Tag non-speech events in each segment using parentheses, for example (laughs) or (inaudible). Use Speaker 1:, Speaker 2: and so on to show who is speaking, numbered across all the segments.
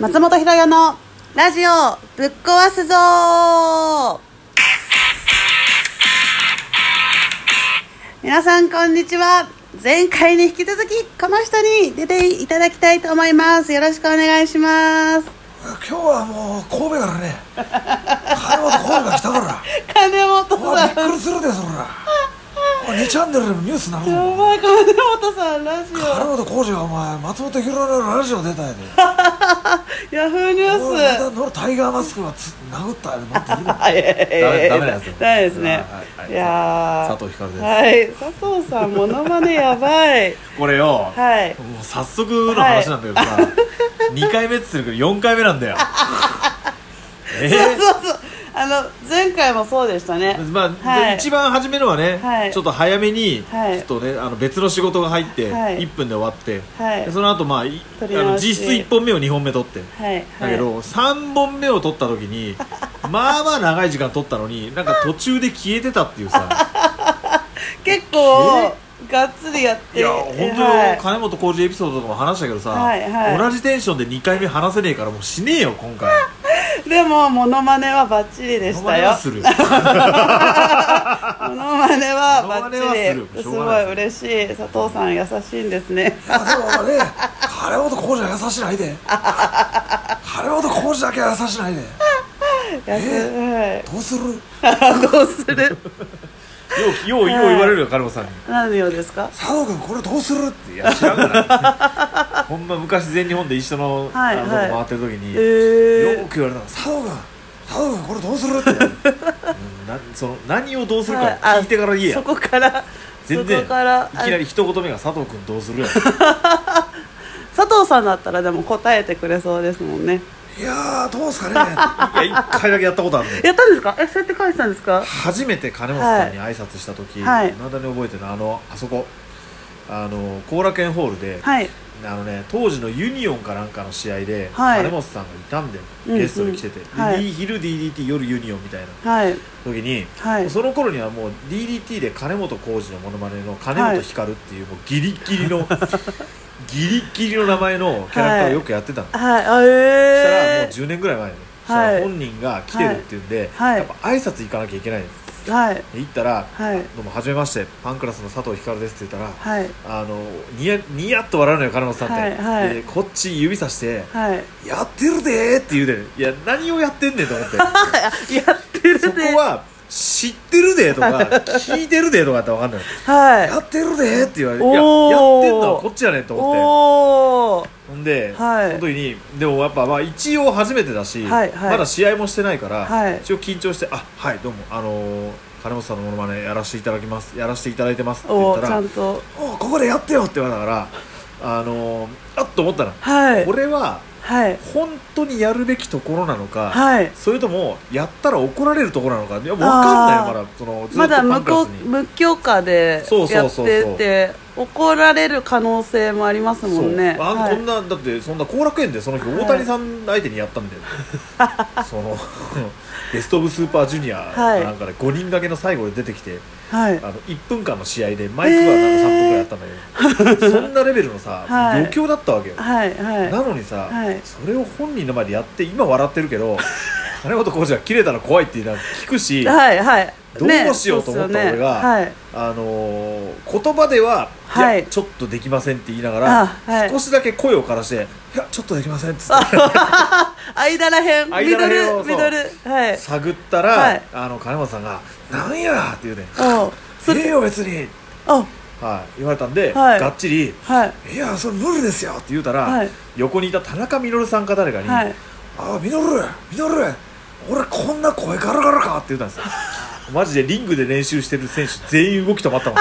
Speaker 1: 松本ひろよのラジオぶっ壊すぞー皆さんこんにちは前回に引き続きこの人に出ていただきたいと思いますよろしくお願いします
Speaker 2: 今日はもう神戸からね金本神戸が来たから
Speaker 1: 金本
Speaker 2: おいびっ
Speaker 1: さん
Speaker 2: くりするでそらおい2チャンネルでもニュースなるぞ
Speaker 1: やばい金本さんラジ
Speaker 2: 金本浩二がお前松本博のラジオ出たやで
Speaker 1: オヤフーニュ
Speaker 2: おいまた
Speaker 1: ース
Speaker 2: のタイガーマスクがつ殴ったやでなんて言うの
Speaker 1: ダメ
Speaker 3: メダメなやつ
Speaker 1: ダメですね
Speaker 3: はいはい
Speaker 1: いやー
Speaker 3: 佐藤ひかるです
Speaker 1: はい佐藤さんモノマネやばい
Speaker 3: これよ、
Speaker 1: はい
Speaker 3: もう早速の話なんだけどさ、2回目っつってるけど4回目なん
Speaker 1: (laughs)
Speaker 3: だよえ
Speaker 1: そうそうそうあの前回もそうでしたね
Speaker 3: ーまあ、
Speaker 1: はい
Speaker 3: 一番初めのはね、
Speaker 1: はい
Speaker 3: ちょっと早めに、
Speaker 1: はい
Speaker 3: ちょっとねあの別の仕事が入って、
Speaker 1: はい
Speaker 3: 1分で終わって、
Speaker 1: はい
Speaker 3: でその後、まあいあ
Speaker 1: 撮り直
Speaker 3: の
Speaker 1: し
Speaker 3: 実質1本目を2本目取って、
Speaker 1: はいはい
Speaker 3: だけど、3本目を取った時
Speaker 1: (laughs)
Speaker 3: にまあまあ長い時間取ったのになんか途中で消えてたってい
Speaker 1: (laughs)
Speaker 3: うさ
Speaker 1: 結構がっつりやって
Speaker 3: い
Speaker 1: い
Speaker 3: や本当に
Speaker 1: はい
Speaker 3: 金本浩二エピソードとかも話したけどさ、
Speaker 1: はいはい
Speaker 3: 同じテンションで2回目話せねえからもうしねえよ今回。
Speaker 1: でもモノマネはバッチリでしたよ
Speaker 3: するは
Speaker 1: モノマネはバ
Speaker 3: モノマネ
Speaker 1: ッ
Speaker 3: は
Speaker 1: チ
Speaker 3: す
Speaker 1: リ
Speaker 3: る
Speaker 1: す
Speaker 3: しょうが
Speaker 1: ご
Speaker 3: ない
Speaker 1: い嬉しい佐藤さん優しいんです
Speaker 3: (laughs)
Speaker 1: ね
Speaker 2: いやでもお前ね金本浩二は優しないで金本浩二だけは優しないで
Speaker 1: やす
Speaker 2: えどうする
Speaker 1: はい (laughs) どうする
Speaker 3: ようようよう言われるよ金本さんに
Speaker 1: 何のうですか
Speaker 2: 佐藤君これどうするって
Speaker 3: いや知らん
Speaker 1: (laughs)
Speaker 3: からほんま昔全日本で一緒の,、
Speaker 1: はい
Speaker 3: あの
Speaker 1: はい
Speaker 3: とこ回ってる時
Speaker 1: え
Speaker 3: に、よ
Speaker 1: ー、
Speaker 3: く言われたのさ、
Speaker 2: 佐藤君佐藤君これどうするって
Speaker 3: うんなその何をどうするか
Speaker 1: はいあ
Speaker 3: 聞いてから言えや、
Speaker 1: そこから
Speaker 3: 全然
Speaker 1: そこから
Speaker 3: いきなり一言目が佐藤君どう
Speaker 1: (laughs)
Speaker 3: するやん
Speaker 1: 佐藤さんだったらでも答えてくれそうですもんね
Speaker 2: いやーどうすかね
Speaker 3: いや一回だけやったことあるのよ
Speaker 1: やったんですかえそうやって返したんですか
Speaker 3: 初めて金本さんに挨拶した時、
Speaker 1: はいはい
Speaker 3: まだに覚えてるのあのあそこあの後楽園ホールで、
Speaker 1: はい
Speaker 3: あのね、当時のユニオンかなんかの試合で、
Speaker 1: はい
Speaker 3: 金本さんがいたんだよ、
Speaker 1: うん
Speaker 3: ゲストに来てて、で
Speaker 1: はい
Speaker 3: 昼 DDT 夜ユニオンみたいな
Speaker 1: はい
Speaker 3: 時に、
Speaker 1: はい
Speaker 3: その頃にはもう DDT で金本浩二のモノマネの金本光っていうもうギリッギリの、 (laughs) ギリッギリの名前のキャラクターをよくやってたの、
Speaker 1: はいあ
Speaker 3: そしたらもう
Speaker 1: え
Speaker 3: 10年ぐらい前に、
Speaker 1: はい
Speaker 3: そしたら本人が来てるって言うんで、
Speaker 1: はい
Speaker 3: やっぱ挨拶行かなきゃいけないの
Speaker 1: ー、はい
Speaker 3: 行ったら「
Speaker 1: はい
Speaker 3: どうもはじめましてパンクラスの佐藤光です」って言ったら、
Speaker 1: はい
Speaker 3: あのニヤニヤっと笑うのよ金本さんって、
Speaker 1: はいはい
Speaker 3: でこっち指さして
Speaker 1: はい
Speaker 3: 「やってるで」って言うでるいや何をやってんねんと思って。 (laughs)
Speaker 1: やってるね
Speaker 3: そこは知ってるでとか聞いてるでとかやって分かんない (laughs)
Speaker 1: はい
Speaker 3: やってるでって言われていや
Speaker 1: おー
Speaker 3: やってんのはこっちやねんと思って
Speaker 1: おお
Speaker 3: ほんで、
Speaker 1: はい
Speaker 3: その時にでもやっぱまあ一応初めてだし、
Speaker 1: はいはい
Speaker 3: まだ試合もしてないから、
Speaker 1: はい
Speaker 3: 一応緊張して「あはいどうもあのー金本さんのモノマネやらせていただきますやらせていただいてます」って言
Speaker 1: お
Speaker 3: っ
Speaker 1: ー
Speaker 3: た
Speaker 1: ちゃ
Speaker 3: ら
Speaker 1: んと
Speaker 3: 「おここでやってよ」って言われたからあのーあっと思ったら、
Speaker 1: はい
Speaker 3: これは
Speaker 1: はい
Speaker 3: 本当にやるべきところなのか、
Speaker 1: はい
Speaker 3: それともやったら怒られるところなのかいや分かんないよ
Speaker 1: あー
Speaker 3: からそのずっ
Speaker 1: ま
Speaker 3: と
Speaker 1: だ
Speaker 3: パン
Speaker 1: 無
Speaker 3: クラ
Speaker 1: こ
Speaker 3: スに
Speaker 1: 無許可で
Speaker 3: そう
Speaker 1: や
Speaker 3: そう
Speaker 1: っ
Speaker 3: そうそう
Speaker 1: てて怒られる可能性もありますもんね
Speaker 3: そうあん
Speaker 1: はい
Speaker 3: こんなだってそんな後楽園でその日
Speaker 1: はい
Speaker 3: 大谷さん相手にやったんだ
Speaker 1: (laughs)
Speaker 3: よ、そのベスト・オブ・スーパージュニア
Speaker 1: はい
Speaker 3: なんかで5人掛けの最後で出てきて、
Speaker 1: はい
Speaker 3: あの1分間の試合でマイクはなんか3分ぐらいあったん
Speaker 1: (laughs)
Speaker 3: だけど、そんなレベルのさ、
Speaker 1: はい
Speaker 3: 余興だったわけよ、
Speaker 1: はいはい
Speaker 3: なのにさ、
Speaker 1: はい
Speaker 3: それを本人の前でやって今笑ってる
Speaker 1: (laughs)
Speaker 3: けど金本浩二は切れたら怖いっていうのは聞くし、
Speaker 1: はいはい
Speaker 3: どうしようと思った
Speaker 1: ね
Speaker 3: 俺が、
Speaker 1: そうっすよね
Speaker 3: あのー言葉では、
Speaker 1: はい
Speaker 3: いやちょっとできませんって言いながら、
Speaker 1: あはい
Speaker 3: 少しだけ声をからしていやちょっとできませんっつって
Speaker 1: はい (laughs) 間らへんミド
Speaker 3: 間らへん
Speaker 1: ル
Speaker 3: を
Speaker 1: ミドルはい
Speaker 3: 探ったら、
Speaker 1: はい
Speaker 3: あの金本さんが「なんや!」って言うね
Speaker 1: おう
Speaker 3: 「
Speaker 1: そ
Speaker 3: いいよ別に
Speaker 1: あ」
Speaker 3: はい、言われたんで、
Speaker 1: はい
Speaker 3: がっちり「
Speaker 1: はい
Speaker 2: いやそれ無理ですよ
Speaker 3: って言うたら、
Speaker 1: はい
Speaker 3: 横にいた田中稔さんか誰かに「
Speaker 1: はい
Speaker 2: あミノルミノル俺こんな声ガラガラか
Speaker 3: あって言ったんですよマジでリングで練習してる選手全員動き止まったもん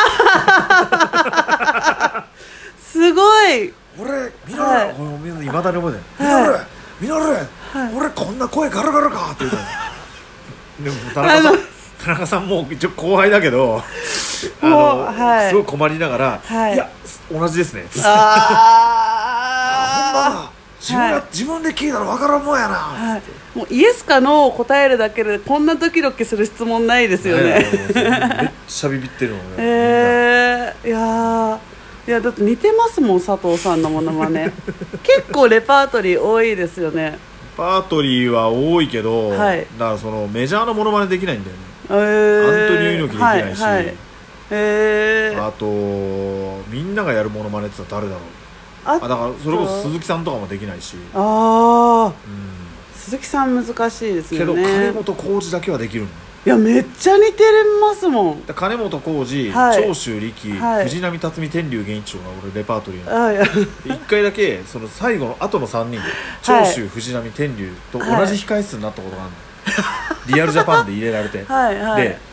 Speaker 1: すごい
Speaker 2: 俺ミノル、
Speaker 1: はい (laughs)
Speaker 3: 俺もみんないまだに覚えてない
Speaker 2: ミノル、ミノル、俺こんな声ガラガラかって言うの
Speaker 3: でも田中
Speaker 1: あ
Speaker 3: さ
Speaker 1: の
Speaker 3: ん田中さんも一応後輩だけどあ
Speaker 1: もう
Speaker 3: の、
Speaker 1: はい
Speaker 3: すごい困りながら、
Speaker 1: はい
Speaker 3: や同じですね
Speaker 1: ああ
Speaker 2: あ自分が、
Speaker 1: はい
Speaker 2: 自分で聞いたらわからんもんやな、
Speaker 1: はい、もうイエスかノーを答えるだけでこんなドキドキする質問ないですよね。
Speaker 3: ねめっちゃビビってるもん
Speaker 1: え
Speaker 3: ね、
Speaker 1: ー、いやーいやだって似てますもん佐藤さんのものまね結構レパートリー多いですよね
Speaker 3: パートリーは多いけど、
Speaker 1: はい
Speaker 3: だからそのメジャーのものまねできないんだよね
Speaker 1: えー
Speaker 3: アントニオ猪木できないし
Speaker 1: はいはいえー、
Speaker 3: あとみんながやるものまねって言ったら誰だろう
Speaker 1: あ
Speaker 3: あだからそれこそ鈴木さんとかもできないし、うん、
Speaker 1: あー鈴木さん難しいです
Speaker 3: け
Speaker 1: よ
Speaker 3: ど
Speaker 1: ね
Speaker 3: 金本浩二だけはできるの
Speaker 1: いやめっちゃ似てますもん
Speaker 3: だから金本浩二、
Speaker 1: はい
Speaker 3: 長州力、
Speaker 1: はい
Speaker 3: 藤波辰巳天竜源一郎が俺レパートリーなの
Speaker 1: あいや
Speaker 3: 一回だけその最後の後の3人で
Speaker 1: はい
Speaker 3: 長州藤波天竜と同
Speaker 1: はい
Speaker 3: じ控え室になったことがある
Speaker 1: (laughs)
Speaker 3: の、リアルジャパンで入れられて
Speaker 1: はい (laughs) はい
Speaker 3: で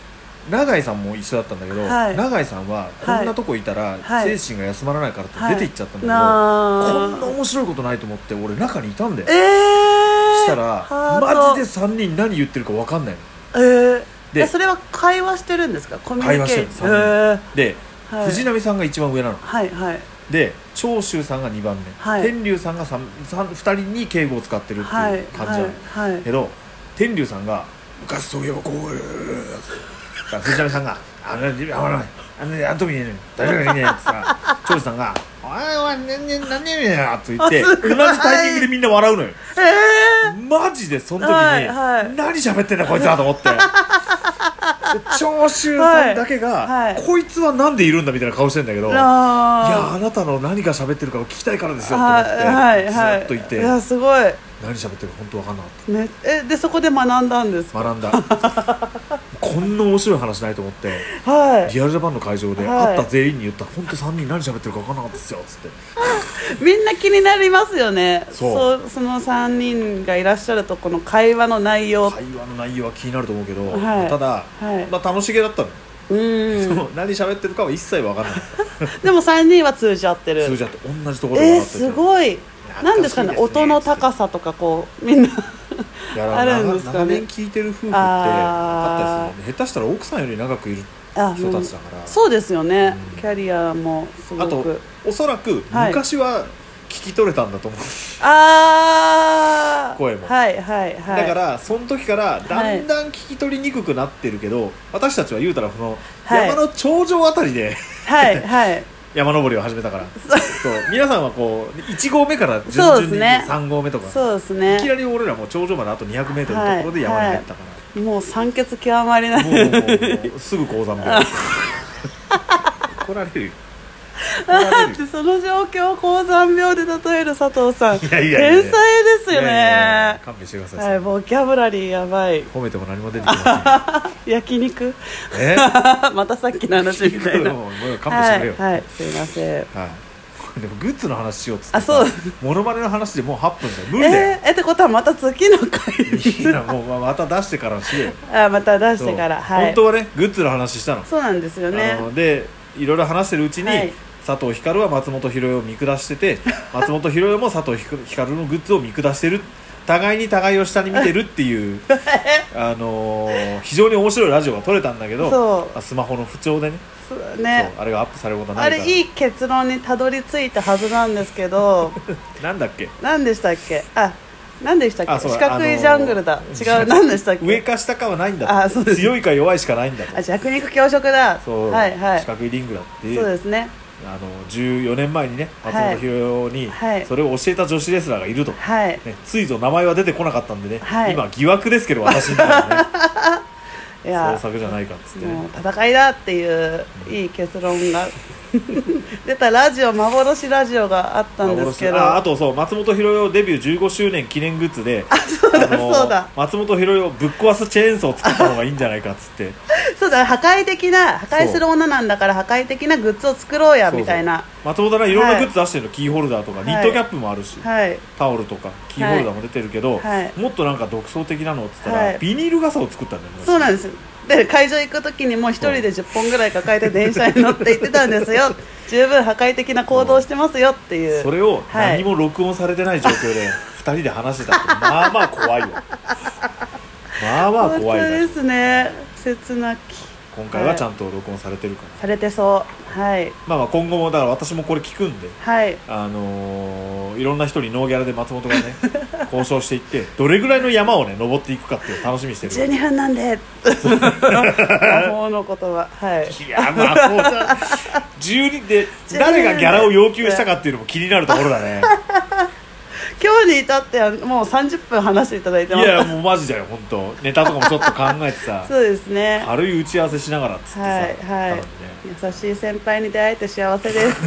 Speaker 3: 永井さんも一緒だったんだけど、
Speaker 1: はい
Speaker 3: 永井さんはこんなとこいたら
Speaker 1: はい
Speaker 3: 精神が休まらないからって出て行っちゃったんだけど、こん
Speaker 1: な
Speaker 3: な面白いことないと思って俺中にいたんだよ
Speaker 1: えー、
Speaker 3: したら
Speaker 1: ハート
Speaker 3: マジで3人何言ってるか分かんないの
Speaker 1: えー、
Speaker 3: で
Speaker 1: えそれは会話してるんですかコミュニケーション
Speaker 3: 会話して
Speaker 1: え
Speaker 3: る
Speaker 1: ー
Speaker 3: で、
Speaker 1: はい
Speaker 3: 藤波さんが一番上なの
Speaker 1: はいはい
Speaker 3: で長州さんが2番目、
Speaker 1: はい
Speaker 3: 天竜さんが三三2人に敬語を使ってるって
Speaker 1: はいいう
Speaker 3: 感じ
Speaker 1: は
Speaker 3: なの、
Speaker 1: いはい
Speaker 3: けど天竜さんが
Speaker 2: 昔そういえばこういう
Speaker 3: だから藤波さんが「あのあのあのあの時に誰々がいねえ」ってさ長州さんが「おいおい何年何年や」って言って
Speaker 1: あす
Speaker 3: 同
Speaker 1: ごい
Speaker 3: じタイミングでみんな笑うのよ
Speaker 1: ええ
Speaker 3: マジでその時に、
Speaker 1: はいはい
Speaker 3: 何喋ってんだこいつはと思ってで長州さんだけが、
Speaker 1: はいはい
Speaker 3: こいつはなんでいるんだみたいな顔してんだけど、
Speaker 1: ー、
Speaker 3: いや
Speaker 1: あ
Speaker 3: あなたの何が喋ってるかを聞きたいからですよと思って、
Speaker 1: はいはい
Speaker 3: ずっといて、
Speaker 1: やすごい
Speaker 3: 何喋ってるか本当わかんなかっ
Speaker 1: ねえでそこで学んだんですか
Speaker 3: た学んだこんな面白い話ないと
Speaker 1: (laughs)
Speaker 3: 思って
Speaker 1: はい
Speaker 3: リアルジャパンの会場で
Speaker 1: はい
Speaker 3: 会った全員に言ったら本当3人何喋ってるか分かんなかったですよっつって
Speaker 1: みんな気になりますよね
Speaker 3: そ
Speaker 1: そその3人がいらっしゃるとこの会話の内容、
Speaker 3: 会話の内容は気になると思うけど、
Speaker 1: はい
Speaker 3: ただ、
Speaker 1: はい
Speaker 3: まあ、楽しげだったの、
Speaker 1: う
Speaker 3: そ
Speaker 1: ん
Speaker 3: の何喋ってるかは一切分かんなかった
Speaker 1: でも3人は通じ合ってる
Speaker 3: 通じ合って同じところで
Speaker 1: え
Speaker 3: 笑
Speaker 1: ー、
Speaker 3: って
Speaker 1: すごいなんですかね音の高
Speaker 3: さ
Speaker 1: さとかこうみんなあ
Speaker 3: あ
Speaker 1: るんですかね
Speaker 3: 長年聞いてる夫婦って分かった
Speaker 1: あー
Speaker 3: りするもんね下手したら奥さんより長くいる
Speaker 1: あ
Speaker 3: 人たちだから、
Speaker 1: そうですよね、
Speaker 3: うん
Speaker 1: キャリアもすご
Speaker 3: あと
Speaker 1: く
Speaker 3: おそらく
Speaker 1: はい
Speaker 3: 昔は聞き取れたんだと思う、
Speaker 1: ああ
Speaker 3: 声も
Speaker 1: はいはいはい
Speaker 3: だからその時からだんだん聞き取りにくくなってるけど、私たちは言うたらこの
Speaker 1: はい
Speaker 3: 山の頂上あたり
Speaker 1: (laughs)
Speaker 3: で
Speaker 1: はい
Speaker 3: (laughs)
Speaker 1: はい
Speaker 3: 山登りを始めたからそう皆さんはこう1合目から順
Speaker 1: そ
Speaker 3: 々
Speaker 1: うです
Speaker 3: に
Speaker 1: ね
Speaker 3: 3合目とか、
Speaker 1: そうです
Speaker 3: いきな
Speaker 1: ね
Speaker 3: り俺らもう頂上まであと 200m のところで山に入ったから、
Speaker 1: もう酸欠極まりない
Speaker 3: もうもうすぐ高山病怒られるよ怒
Speaker 1: (laughs) だ
Speaker 3: られ
Speaker 1: っ
Speaker 3: るよ
Speaker 1: てその状況を高山病で例える佐藤さん
Speaker 3: いやいやいや
Speaker 1: 天才ですよね
Speaker 3: いやいやいや勘弁してくださ
Speaker 1: は
Speaker 3: い、
Speaker 1: いボキャブラリーやばい
Speaker 3: 褒めても何も出てきま
Speaker 1: 焼肉 (laughs)
Speaker 3: せんえ
Speaker 1: またさっきの話みたいな
Speaker 3: (laughs) もうもう勘弁して
Speaker 1: は
Speaker 3: くれ
Speaker 1: い
Speaker 3: よ、
Speaker 1: はいすいません
Speaker 3: はい (laughs) でもグッズの話しようっつって
Speaker 1: あそう
Speaker 3: モノマネの話でもう8分だよ無理だ
Speaker 1: (laughs)
Speaker 3: よ
Speaker 1: えー、えってことはまた次の回
Speaker 3: いいなもうままた出してからしようよ
Speaker 1: あまた出してから
Speaker 3: そう
Speaker 1: はい
Speaker 3: 本当はねグッズの話したの,、
Speaker 1: そうなんですよね
Speaker 3: あのでいろいろ話してるうちに、
Speaker 1: はい
Speaker 3: 佐藤光は松本博代を見下して
Speaker 1: (laughs)
Speaker 3: て松本博代も佐藤光のグッズを見下してる互いに互いを下に見てるっ
Speaker 1: (laughs)
Speaker 3: ていう、あのー非常に面白いラジオが撮れたんだけど
Speaker 1: そ
Speaker 3: あスマホの不調でね
Speaker 1: そうね
Speaker 3: そうあれがアップされることはな
Speaker 1: あ
Speaker 3: いから
Speaker 1: れいい結論にたどり着いたはずなんですけど (laughs)
Speaker 3: なんだっけ
Speaker 1: 何でしたっけあ何でしたっ
Speaker 3: あ
Speaker 1: け
Speaker 3: そう
Speaker 1: 四
Speaker 3: あ
Speaker 1: 角
Speaker 3: の
Speaker 1: い
Speaker 3: ー
Speaker 1: ジャングルだ違う何でしたっけ
Speaker 3: 上か下かはないんだ
Speaker 1: あそうです
Speaker 3: 強いか弱いしかないんだと
Speaker 1: あ弱肉強食だ
Speaker 3: そう、
Speaker 1: はいはい
Speaker 3: 四
Speaker 1: そう
Speaker 3: 角いリングだっていう
Speaker 1: ですね
Speaker 3: あの14年前にね松
Speaker 1: はい
Speaker 3: 本博代に、
Speaker 1: はい
Speaker 3: それを教えた女子レスラーがいると、
Speaker 1: はい
Speaker 3: ね、ついぞ名前は出てこなかったんでね、
Speaker 1: はい
Speaker 3: 今疑惑ですけど私には
Speaker 1: (laughs)
Speaker 3: ね
Speaker 1: い
Speaker 3: 創
Speaker 1: や
Speaker 3: 作じゃないかっつって
Speaker 1: もう
Speaker 3: ね
Speaker 1: 戦いだっていういい結論が (laughs) 出たラジオ幻ラジオがあったんですけど
Speaker 3: ああとそう松本博代デビュー15周年記念グッズであそう
Speaker 1: だそうだ
Speaker 3: 松本博代をぶっ壊すチェーンソーを作った方がいいんじゃないかっつって
Speaker 1: そうだ破壊的な破壊する女なんだから破壊的なグッズを作ろうや
Speaker 3: そうそう
Speaker 1: みたいな
Speaker 3: 松本はいろんなグッズ出してるの、キーホルダーとか
Speaker 1: い
Speaker 3: ニットキャップもあるし、
Speaker 1: はい
Speaker 3: タオルとかキーホルダーも出てるけど、
Speaker 1: はい
Speaker 3: もっとなんか独創的なのって言ったら、
Speaker 1: はい
Speaker 3: ビニール傘を作ったんだよね
Speaker 1: そうなんですよで会場行く時にもう一人で10本ぐらい抱えて電車に乗って行ってたんです
Speaker 3: (laughs)
Speaker 1: よ十分破壊的な行動してますよっていう
Speaker 3: それを
Speaker 1: はい
Speaker 3: 何も録音されてない状
Speaker 1: (laughs)
Speaker 3: 況で2人で話してたってまあまあ怖いわまあまあ怖
Speaker 1: 本
Speaker 3: い
Speaker 1: 当で
Speaker 3: わ
Speaker 1: すね切なき
Speaker 3: 今回はちゃんと録音されてるから、
Speaker 1: されてそうはい
Speaker 3: まあまあ今後もだから私もこれ聞くんで
Speaker 1: はい
Speaker 3: あのーいろんな人にノーギャラで松本
Speaker 1: (laughs)
Speaker 3: がね交渉していってどれぐらいの山をね登っていくかっていう楽しみにしてる
Speaker 1: 12分なん
Speaker 3: (laughs)
Speaker 1: で魔法の言葉はい
Speaker 3: いやまあこうさ12で誰がギャラを要求したかっていうのも気になるところ
Speaker 1: (laughs)
Speaker 3: だね
Speaker 1: 今日に至ってはもう30分話していただいて
Speaker 3: い
Speaker 1: ます
Speaker 3: やもうマジだよ本当ネタとかもちょっと考えてさ
Speaker 1: そうですね
Speaker 3: 軽い打ち合わせしながらっつってさ、
Speaker 1: はいは
Speaker 3: 多
Speaker 1: い
Speaker 3: 分ね
Speaker 1: 優しい先輩に出会えて幸せ
Speaker 3: (laughs)
Speaker 1: です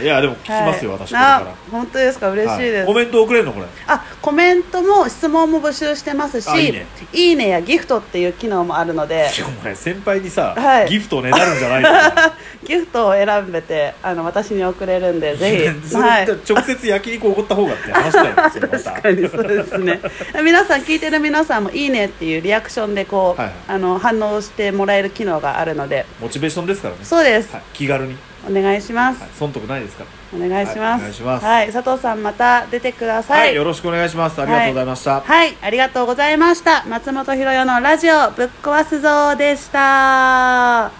Speaker 3: いやでも聞きますよ、
Speaker 1: はい、
Speaker 3: 私これから
Speaker 1: あ本当ですか嬉しいです、
Speaker 3: はコメント送れんのこれ
Speaker 1: あコメントも質問も募集してますし
Speaker 3: あいいね
Speaker 1: いいねやギフトっていう機能もあるので
Speaker 3: (laughs) いやお前先輩にさ、
Speaker 1: はい
Speaker 3: ギフトをねだるんじゃないか
Speaker 1: ギフトを選べてあの私に送れるんで (laughs) ぜひ、
Speaker 3: (laughs) それ
Speaker 1: はい、
Speaker 3: 直接焼肉おごった方がって話だよそれまた
Speaker 1: 確かにそうですね (laughs) 皆さん聞いてる皆さんも「いいね」っていうリアクションでこう、
Speaker 3: はいはい
Speaker 1: あの反応してもらえる機能があるので
Speaker 3: モチベーションですからね、
Speaker 1: そうです、
Speaker 3: はい、気軽に、
Speaker 1: お願いします、
Speaker 3: はい、損得ないですから
Speaker 1: お願いします,、
Speaker 3: はいお願いします
Speaker 1: はい佐藤さんまた出てくださ
Speaker 3: はい、
Speaker 1: い
Speaker 3: よろしくお願いしますありがとうございました、
Speaker 1: はい、ありがとうございました。松本ひろよのラジオぶっ壊すぞーでした。